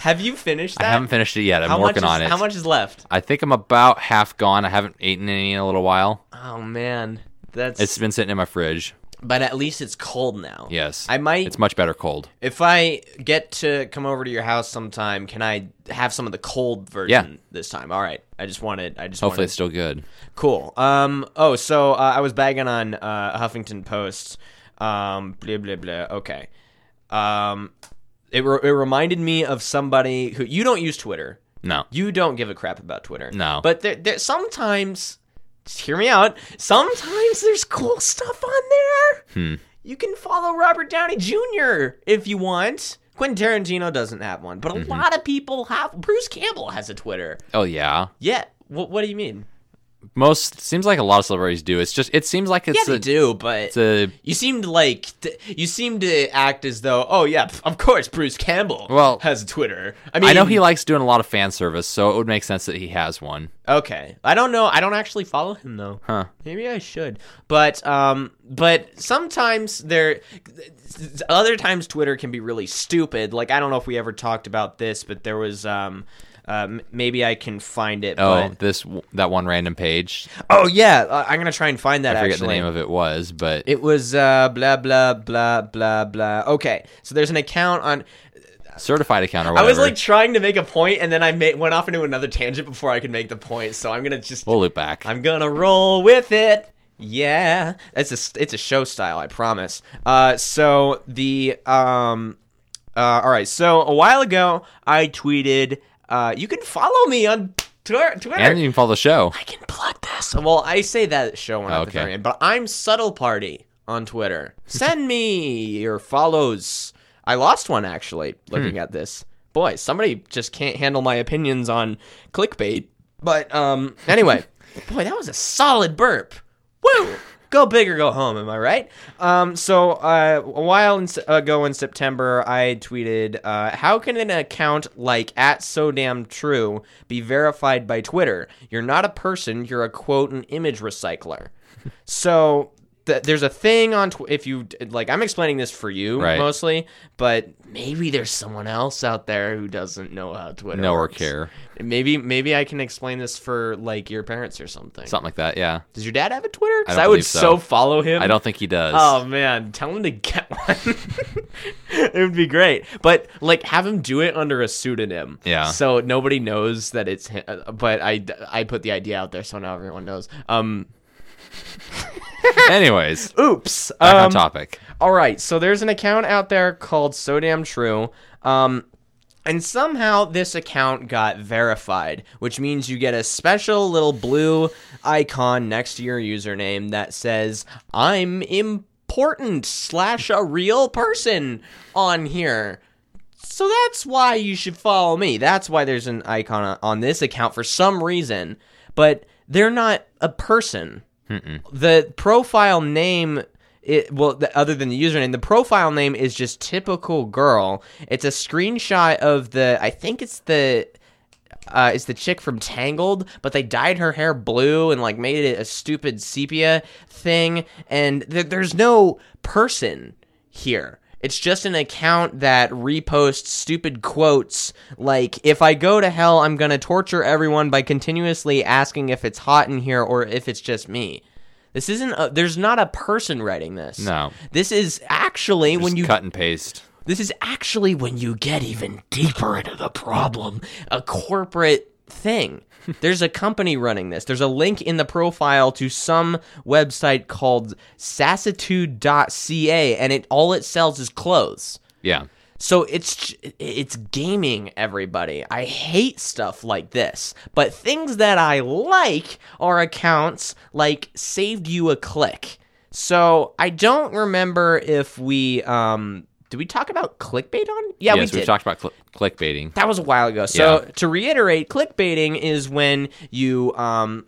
Have you finished that? I haven't finished it yet. I'm How much working is- on it. How much is left? I think I'm about half gone. I haven't eaten any in a little while. Oh man, that's It's been sitting in my fridge. but at least it's cold now. Yes. I might It's much better cold. if I get to come over to your house sometime, can I have some of the cold version Yeah. this time? All right. I just wanted I just Hopefully, wanted it's still good. Cool. Um. Oh, so uh, I was bagging on uh, Huffington Post. Um. Blah blah blah. Okay. Um. It, re- it reminded me of somebody who you don't use Twitter. No. You don't give a crap about Twitter. No. But there, there sometimes. Just hear me out. Sometimes there's cool stuff on there. Hmm. You can follow Robert Downey Jr. if you want. Quentin Tarantino doesn't have one, but a Mm-hmm. lot of people have. Bruce Campbell has a Twitter. Oh yeah. Yeah. What, what do you mean? Most seems like a lot of celebrities do. It's just it seems like it's yeah, a they do, but it's a You seemed like t- you seemed to act as though, oh yeah, pff, of course Bruce Campbell Well, has a Twitter. I I, mean, know he likes doing a lot of fan service, so it would make sense that he has one. Okay, I don't know. I don't actually follow him though. Huh. Maybe I should, but um, but sometimes there, other times Twitter can be really stupid. Like I don't know if we ever talked about this, but there was um, um maybe I can find it. Oh, but, this that one random page. oh yeah, uh, I'm gonna try and find that. I forget actually. the name of it was, but It was uh, blah blah blah blah blah. Okay, so there's an account on. certified account or I whatever. was like trying to make a point, and then I ma- went off into another tangent before I could make the point. So I'm gonna just we'll loop back. I'm gonna roll with it. Yeah, it's a it's a show style, I promise. Uh, so the um, uh, all right. So a while ago, I tweeted, uh, you can follow me on Twitter. Twitter. and you can follow the show. I can plug this. Well, I say that show one at the Okay. very end, but I'm Subtle Party on Twitter. Send me your follows. I lost one actually looking at this. Boy, somebody just can't handle my opinions on clickbait. But um anyway, boy, that was a solid burp. Woo! Go big or go home, am I right? Um, so uh, a while in, s- ago in September, I tweeted, uh, "How can an account like at so damn true be verified by Twitter? You're not a person. You're a quote and image recycler." so th- there's a thing on tw- if you d- like. I'm explaining this for you Right. mostly, but maybe there's someone else out there who doesn't know how Twitter. No or works. care. Maybe maybe I can explain this for like your parents or something. Something like that, yeah. Does your dad have a Twitter? 'Cause I don't would believe so. so follow him. I don't think he does. Oh man, tell him to get one. it would be great, but like have him do it under a pseudonym. Yeah. So nobody knows that it's him. But I I put the idea out there, so now everyone knows. Um. Anyways, Oops. back on um, topic. All right, so there's an account out there called So Damn True. Um, and somehow this account got verified, which means you get a special little blue icon next to your username that says, I'm important slash a real person on here. So that's why you should follow me. That's why there's an icon on- on this account for some reason. But they're not a person the profile name it, well the, other than the username the profile name is just typical girl it's a screenshot of the i think it's the uh, it's the chick from Tangled, but they dyed her hair blue and like made it a stupid sepia thing. And th- there's no person here. It's just an account that reposts stupid quotes like, if I go to hell, I'm gonna torture everyone by continuously asking if it's hot in here or if it's just me. This isn't, a, there's not a person writing this. No. This is actually when Just you cut and paste. this is actually when you get even deeper into the problem a corporate thing. There's a company running this. There's a link in the profile to some website called sassitude.ca and it all it sells is clothes. Yeah. So it's it's gaming everybody. I hate stuff like this, but things that I like are accounts like saved you a click. So I don't remember if we um did we talk about clickbait on? Yeah, yes, we have did. talked about cl- clickbaiting. that was a while ago. So Yeah. to reiterate, clickbaiting is when you um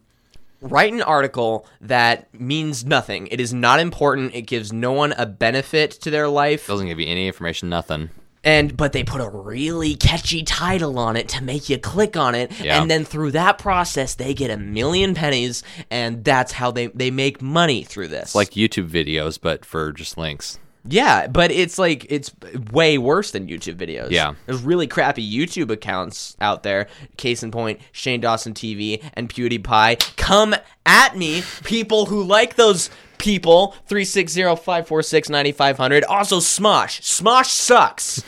write an article that means nothing. It is not important. It gives no one a benefit to their life Doesn't give you any information, nothing. and but they put a really catchy title on it to make you click on it Yeah. and then through that process they get a million pennies and that's how they they make money through this Like YouTube videos, but for just links. yeah but it's like it's way worse than youtube videos Yeah. there's really crappy youtube accounts out there case in point shane dawson tv and pewdiepie come at me people who like those people. 360-546-9500. Also, Smosh. Smosh sucks.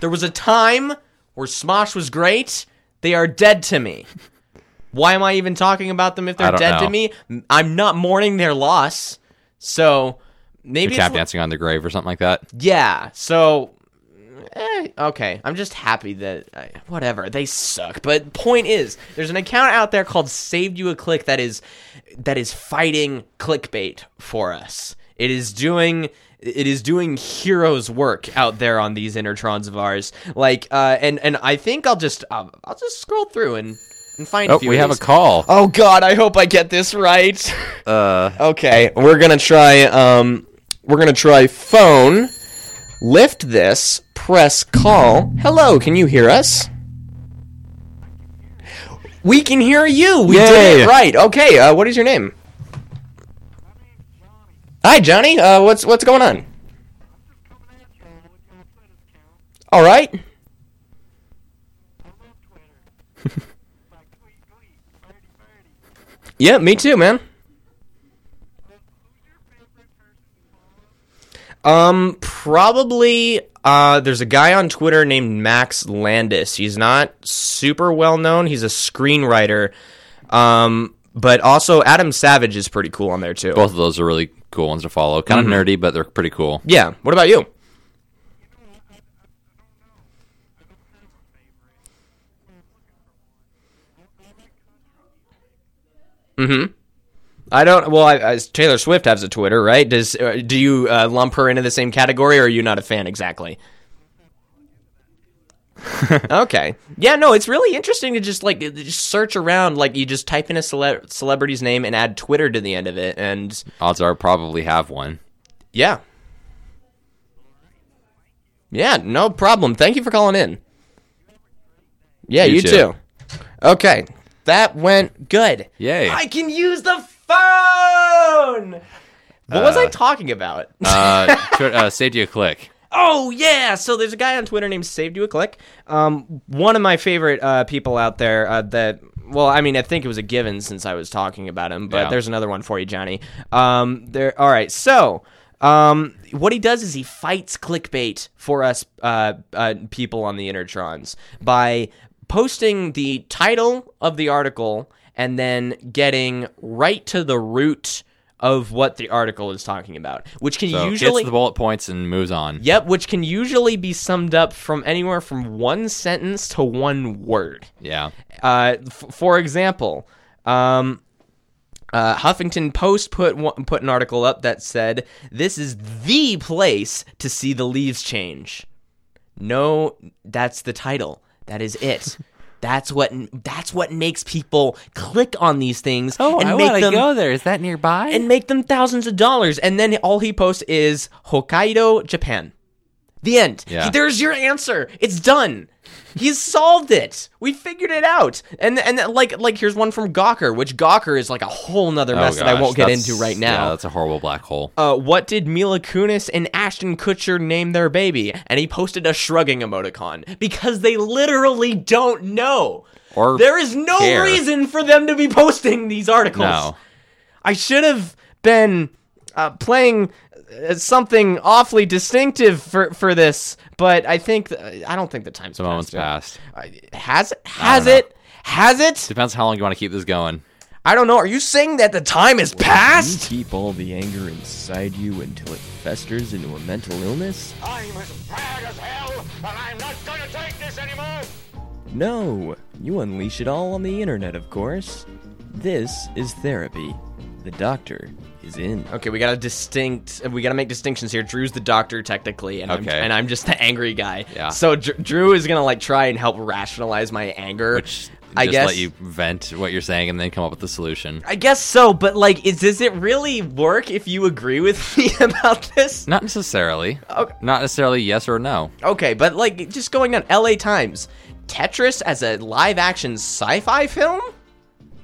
there was a time where Smosh was great. They are dead to me. Why am I even talking about them if I they're don't dead to know. me? I'm not mourning their loss. So maybe You're it's tap li- dancing on their grave or something like that. yeah. So, eh, okay. I'm just happy that I, whatever they suck. But point is, there's an account out there called Saved You a Click that is that is fighting clickbait for us. It is doing it is doing heroes work out there on these intertrons of ours. Like, uh, and and I think I'll just um, I'll just scroll through and and find. Oh, a few we of have a these. call. Oh God, I hope I get this right. Uh, Okay, we're gonna try. Um, we're gonna try phone. Lift this. Press call. Hello, can you hear us? We can hear you. We did Yay. it right. Okay. Uh, what is your name? Hi, Johnny. Uh, what's what's going on? All right. yeah, me too, man. Um, probably. Uh, there's a guy on Twitter named Max Landis. He's not super well known. He's a screenwriter. Um, but also Adam Savage is pretty cool on there too. both of those are really cool ones to follow. Kind Mm-hmm. of nerdy, but they're pretty cool. yeah. What about you? Mm-hmm. I don't. Well, I, I, Taylor Swift has a Twitter, right? Does uh, do you uh, lump her into the same category, or are you not a fan exactly? okay. Yeah, no, it's really interesting to just like just search around. Like you just type in a cele- celebrity's name and add Twitter to the end of it, and Odds are probably have one. yeah. Yeah, no problem. Thank you for calling in. Yeah, you, You too. too. Okay. That went good. Yay. I can use the phone. What was I talking about? Uh, tw- uh, saved you a click. Oh yeah! So there's a guy on Twitter named Saved You a Click. Um, one of my favorite uh, people out there. Uh, that well, I mean, I think it was a given since I was talking about him. But Yeah. there's another one for you, Johnny. Um, there. All right. So, um, what he does is he fights clickbait for us uh, uh, people on the Intertrons by posting the title of the article and then getting right to the root of what the article is talking about, which can So usually gets the bullet points and moves on. Yep, which can usually be summed up from anywhere from one sentence to one word. Yeah. Uh, f- for example, um, uh, Huffington Post put one, put an article up that said, "This is the place to see the leaves change." No, that's the title. That is it. that's what that's what makes people click on these things Oh, Oh, and make them there. Is that nearby? and make them thousands of dollars. And then all he posts is Hokkaido, Japan. The end. Yeah. He- there's your answer. It's done. He's solved it. We figured it out. And and like like here's one from Gawker, which Gawker is like a whole nother mess that I won't get into right now. Yeah, Oh, that's a horrible black hole. uh, what did Mila Kunis and Ashton Kutcher name their baby? And he posted a shrugging emoticon because they literally don't know. Or there is no care. reason for them to be posting these articles. No. I should have been uh, playing uh, something awfully distinctive for, for this, but I think th- uh, I don't think the time's The moment's yet. passed. I- Has it? Has know. it? Has it? Depends how long you want to keep this going. I don't know. Are you saying that the time is You past? keep all the anger inside you until it festers into a mental illness? I'm as mad as hell, and I'm not gonna take this anymore! No, you unleash it all on the internet, of course. This is therapy. The doctor is in. Okay, we got to distinct. We got to make distinctions here. Drew's the doctor technically, and Okay. I'm and I'm just the angry guy. Yeah. So Dr- Drew is gonna like try and help rationalize my anger, Which I just guess let you vent what you're saying and then come up with the solution. I guess so, but like, is does it really work if you agree with me about this? Not necessarily. Okay. Not necessarily yes or no. Okay, but like, just going down L.A. Times, Tetris as a live-action sci-fi film,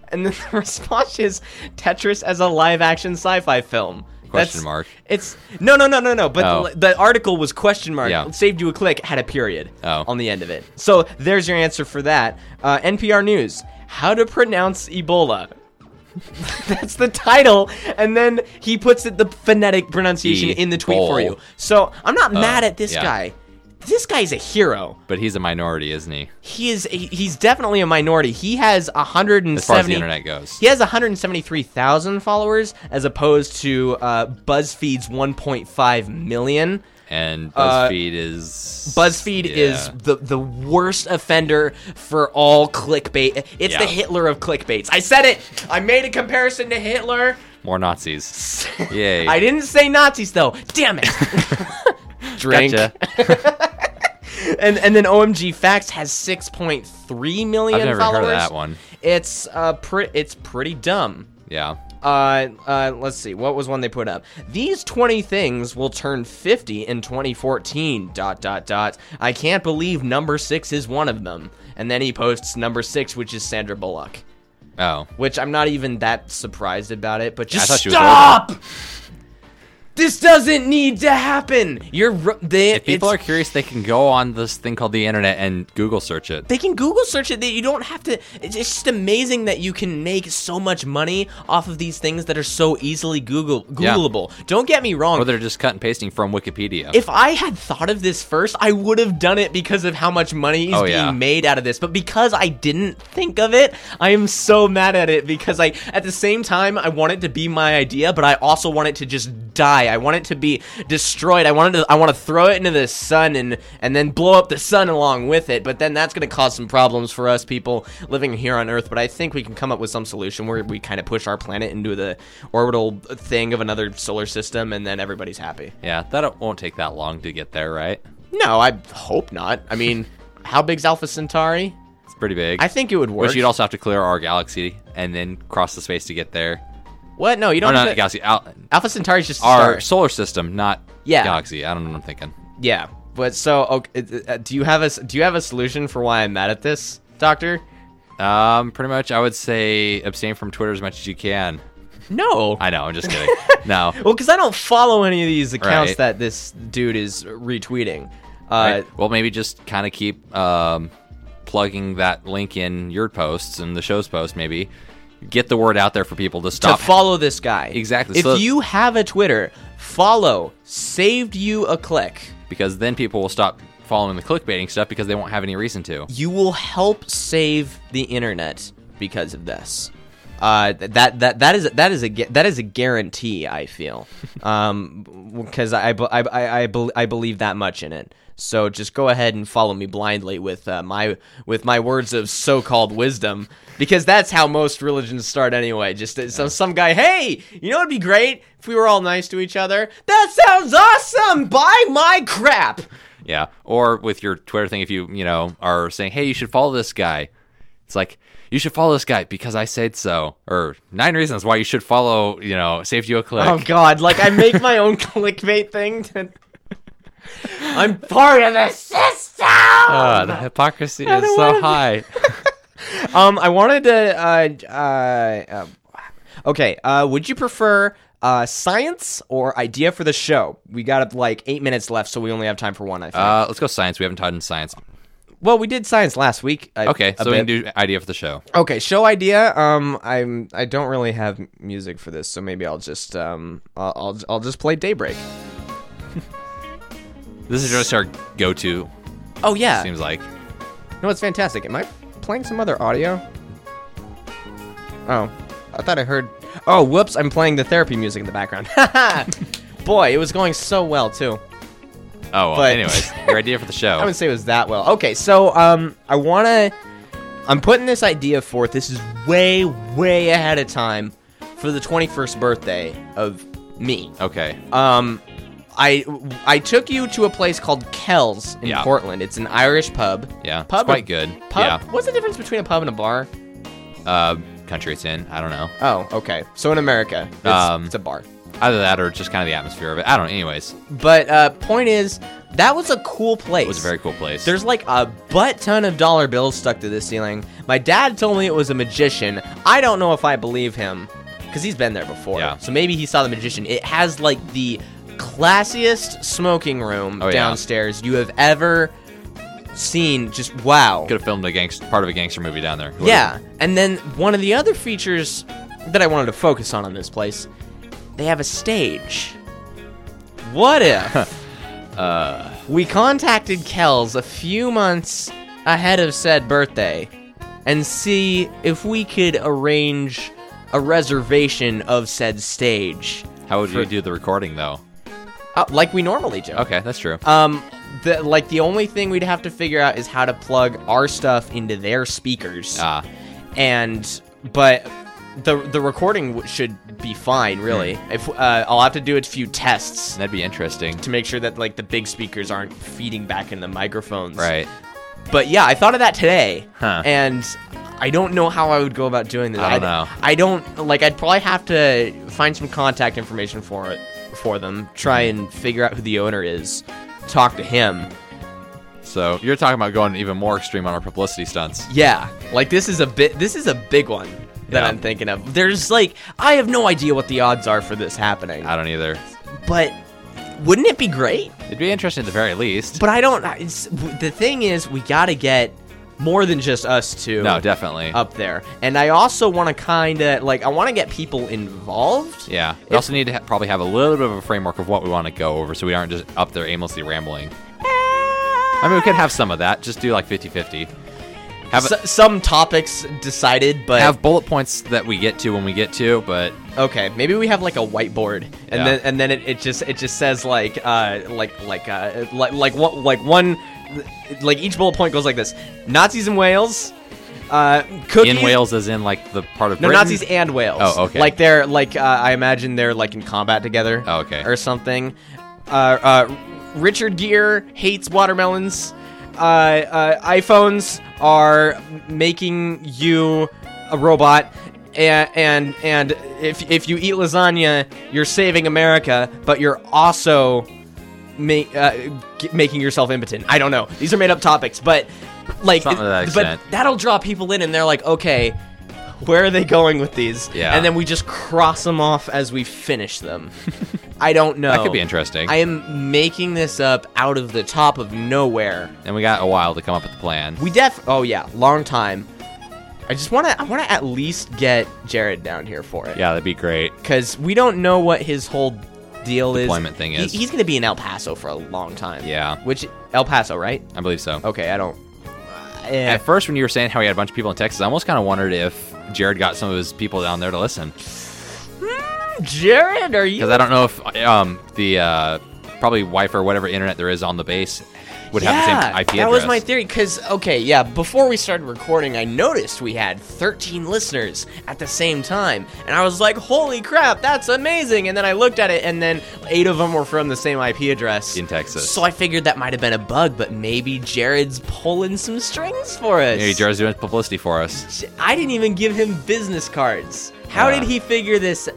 and then the response is Tetris as a live-action sci-fi film. Question mark. It's no, no, no, no, no. But Oh. the, the article was question mark. Yeah. Saved you a click. Had a period Oh. on the end of it. So there's your answer for that. Uh, NPR News: How to pronounce Ebola. That's the title, and then he puts it, the phonetic pronunciation He in the tweet for bold. you. So I'm not mad at this Uh, yeah. guy. This guy's a hero. But he's a minority, isn't he? He is. he- He's definitely a minority. He has 170. As far as the internet goes. He has 173,000 followers, as opposed to uh, BuzzFeed's 1.5 million. And Uh, BuzzFeed is BuzzFeed is Yeah. the the worst offender for all clickbait. It's the Yeah. Hitler of clickbaits. I said it. I made a comparison to Hitler. more Nazis. Yay. I didn't say Nazis though. Damn it. Drink. Gotcha. And and then OMG Facts has 6.3 million I've never heard of followers. that one. It's uh pre- it's pretty dumb. Yeah. Uh, uh, let's see. What was one they put up? These 20 things will turn 50 in 2014. Dot, dot, dot. I can't believe number six is one of them. And then he posts number six, which is Sandra Bullock. Oh. Which I'm not even that surprised about it, but I just thought she was stop! This doesn't need to happen! You're. ru- They, If people it's- are curious, they can go on this thing called the internet and Google search it. they can Google search it. That you don't have to. It's it's just amazing that you can make so much money off of these things that are so easily Google Yeah. Googleable. Don't get me wrong. Or they're just cut and pasting from Wikipedia. if I had thought of this first, I would have done it because of how much money is Oh, being yeah. made out of this. But because I didn't think of it, I am so mad at it because I, at the same time, I want it to be my idea, but I also want it to just die. I want it to be destroyed. I wanted to, I want to throw it into the sun and and then blow up the sun along with it. But then that's going to cause some problems for us people living here on Earth. But I think we can come up with some solution where we kind of push our planet into the orbital thing of another solar system, and then everybody's happy. yeah, that won't take that long to get there, right? No, I hope not. I mean, how big's Alpha Centauri? It's pretty big. I think it would work. Which you'd also have to clear our galaxy and then cross the space to get there. what? No, you Or don't. not have to- galaxy. Al- Alpha Centauri's just a our star. solar system, not Yeah. galaxy. I don't know what I'm thinking. Yeah, but so okay, uh, do you have a s- do you have a solution for why I'm mad at this, Doctor? Um, pretty much, I would say abstain from Twitter as much as you can. No. I know, I'm just kidding. no. well, because I don't follow any of these accounts Right. that this dude is retweeting. Uh, Right. Well, maybe just kind of keep um, plugging that link in your posts and the show's post, maybe. Get the word out there for people to to stop. follow this guy Exactly, If so- you have a Twitter, follow. Saved you a click. because then people will stop following the clickbaiting stuff because they won't have any reason to. you will help save the internet because of this. Uh, th- that that that is that is a gu- that is a guarantee. I feel, um, because I, be- I I I, bel I believe that much in it. So just go ahead and follow me blindly with uh, my with my words of so-called wisdom, because that's how most religions start anyway. Just uh, so some guy, hey, you know, it'd be great if we were all nice to each other. That sounds awesome. Buy my crap. Yeah. Or with your Twitter thing, if you, you know, are saying, hey, you should follow this guy. It's like, you should follow this guy because I said so. Or nine reasons why you should follow, you know, saved you a click. Oh god, like I make my own clickbait thing to I'm part of this. God, the hypocrisy is don't wanna so be- high. Um I wanted to uh uh um, Okay, uh would you prefer uh science or idea for the show? We got like 8 minutes left so we only have time for one I think. Uh, let's go science. We haven't taught in science. well, we did science last week. I- Okay, a so we bit. can do idea for the show. Okay, show idea. Um, I'm I don't really have m- music for this, so maybe I'll just um I'll I'll, I'll just play Daybreak. This is just our go-to. Oh yeah, Seems like No, it's fantastic. Am I playing some other audio? Oh, I thought I heard. Oh, whoops! I'm playing the therapy music in the background. Boy, it was going so well too. oh well. But- anyways, your idea for the show. I wouldn't say it was that well. Okay, so um, I wanna, I'm putting this idea forth. This is way, way ahead of time for the 21st birthday of me. okay, Um, I I took you to a place called Kells in Yeah. Portland. It's an Irish pub. yeah, pub it's quite or- good. Pub. What's the difference between a pub and a bar? Yeah, uh, country it's in. I don't know. Oh, okay. So in America, it's, Um, it's a bar. Either that or just kind of the atmosphere of it. I don't. know. Anyways, But uh, point is, that was a cool place. it was a very cool place. There's like a butt ton of dollar bills stuck to the ceiling. My dad told me it was a magician. I don't know if I believe him because he's been there before. Yeah. So maybe he saw the magician. It has like the classiest smoking room Oh, yeah. downstairs you have ever seen. Just wow. could have filmed a gangster part of a gangster movie down there. Would've- Yeah, and then one of the other features that I wanted to focus on in this place. They have a stage. What if Uh. we contacted Kells a few months ahead of said birthday and see if we could arrange a reservation of said stage, How would you do the recording though? uh, like we normally do. Okay, that's true. Um, the, like the only thing we'd have to figure out is how to plug our stuff into their speakers. Ah, and but the the recording w- should be fine, really. Hmm. If uh, I'll have to do a few tests that'd be interesting. to make sure that like the big speakers aren't feeding back in the microphones. Right. But yeah, I thought of that today, Huh. and I don't know how I would go about doing this. I don't know. I don't like. I'd probably have to find some contact information for it for them. Try and figure out who the owner is. Talk to him. So you're talking about going even more extreme on our publicity stunts. Yeah, like this is a bit. This is a big one that Yeah. I'm thinking of. There's like I have no idea what the odds are for this happening, I don't either. but wouldn't it be great? It'd be interesting at the very least. But I don't. I- It's, w- the thing is, we gotta get more than just us two. No, definitely. Up there, and I also want to kind of like I want to get people involved. Yeah. We If- also need to ha- probably have a little bit of a framework of what we want to go over so we aren't just up there aimlessly rambling. I mean, we could have some of that. Just do like 50 50. Have, a- S- some topics decided, but have bullet points that we get to when we get to, but Okay, maybe we have like a whiteboard, and Yeah. then and then it, it just it just says like uh like like uh like like what like one like each bullet point goes like this: Nazis in Wales, uh, cookies in Wales as in like the part of No, Britain? Nazis and Wales. Oh, okay. Like they're like uh, I imagine they're like in combat together. Oh, okay. Or something. Uh, uh, Richard Gere hates watermelons. Uh, uh, iPhones are making you a robot, and and, and if, if you eat lasagna, you're saving America, but you're also ma- uh, g- making yourself impotent. I don't know. These are made up topics, but like, Something to that but extent. that'll draw people in, and they're like, okay, where are they going with these? Yeah. And then we just cross them off as we finish them. I don't know. That could be interesting. I am making this up out of the top of nowhere. and we got a while to come up with the plan. We def. Oh yeah, long time. I just want to. I want to at least get Jared down here for it. yeah, that'd be great. Because we don't know what his whole deal is. Deployment thing He- is. he's going to be in El Paso for a long time. Yeah. Which El Paso, right? I believe so. Okay, I don't. Eh. At first, when you were saying how we had a bunch of people in Texas, I almost kind of wondered if Jared got some of his people down there to listen. Hmm, Jared, are you? Because I don't know if um, the uh, probably wife or whatever internet there is on the base would have the same IP address. That was my theory. Because, okay, yeah, before we started recording, I noticed we had 13 listeners at the same time. And I was like, holy crap, that's amazing. And then I looked at it, and then eight of them were from the same IP address In Texas. So I figured that might have been a bug, but maybe Jared's pulling some strings for us. Maybe Jared's doing publicity for us. I didn't even give him business cards. How Yeah. did he figure this?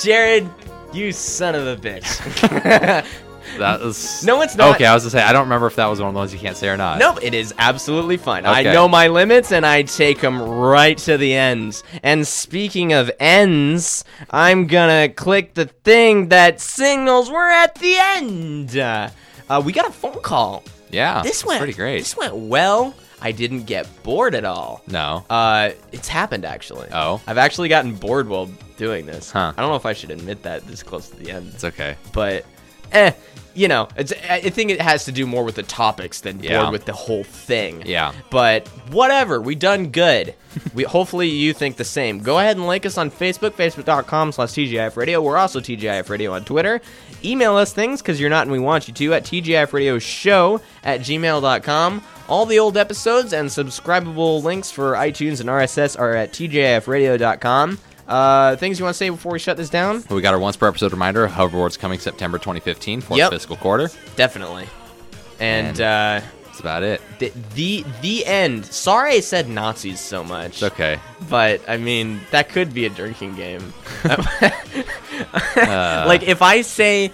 Jared, you son of a bitch. That was No, it's not. Okay, I was gonna say I don't remember if that was one of the ones you can't say or not. Nope, it is absolutely fine. I Okay. know my limits and I take them right to the ends. And speaking of ends, I'm gonna click the thing that signals we're at the end. Uh, uh, we got a phone call. Yeah, this it's went pretty great. This went well. I didn't get bored at all. no, Uh, it's happened actually. Oh. I've actually gotten bored while doing this. Huh. I don't know if I should admit that this close to the end it's okay. but eh, you know, it's, I I think it has to do more with the topics than Yeah. bored with the whole thing. Yeah. But whatever, we done good. we hopefully you think the same. Go ahead and like us on Facebook, facebook.com slash TGIF Radio. We're also TGIF Radio on Twitter. Email us things because you're not and we want you to at TGIF Radio Show at gmail.com. All the old episodes and subscribable links for iTunes and RSS are at TGIFradio.com. Uh, things you want to say before we shut this down? Well, we got our once per episode reminder. Hoverboard's coming September 2015, fourth Yep. fiscal quarter. Definitely. And, uh, That's about it. the the, the end. Sorry I said Nazis so much, It's okay. but I mean that could be a drinking game. like if I say,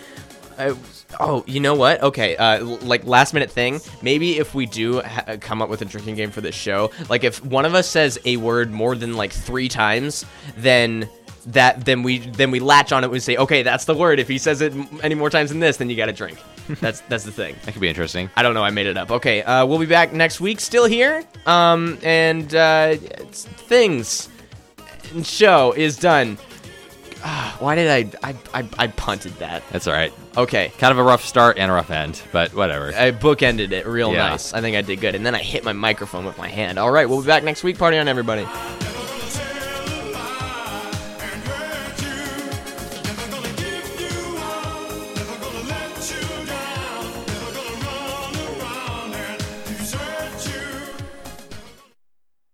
uh, oh, you know what? Okay, uh, l- like last minute thing. Maybe if we do ha- uh, come up with a drinking game for this show, like if one of us says a word more than like three times, then that then we then we latch on it. We say, okay, that's the word. If he says it m- any more times than this, then you got to drink. that's that's the thing. That could be interesting. I don't know. I made it up. Okay, uh, we'll be back next week. Still here. Um, and uh, it's things. fucking show is done. Ah, why did I, I I I punted that? That's all right. Okay, Kind of a rough start and a rough end, but whatever. I bookended it real Yeah. nice. I think I did good, and then I hit my microphone with my hand. All right, we'll be back next week. Party on, everybody.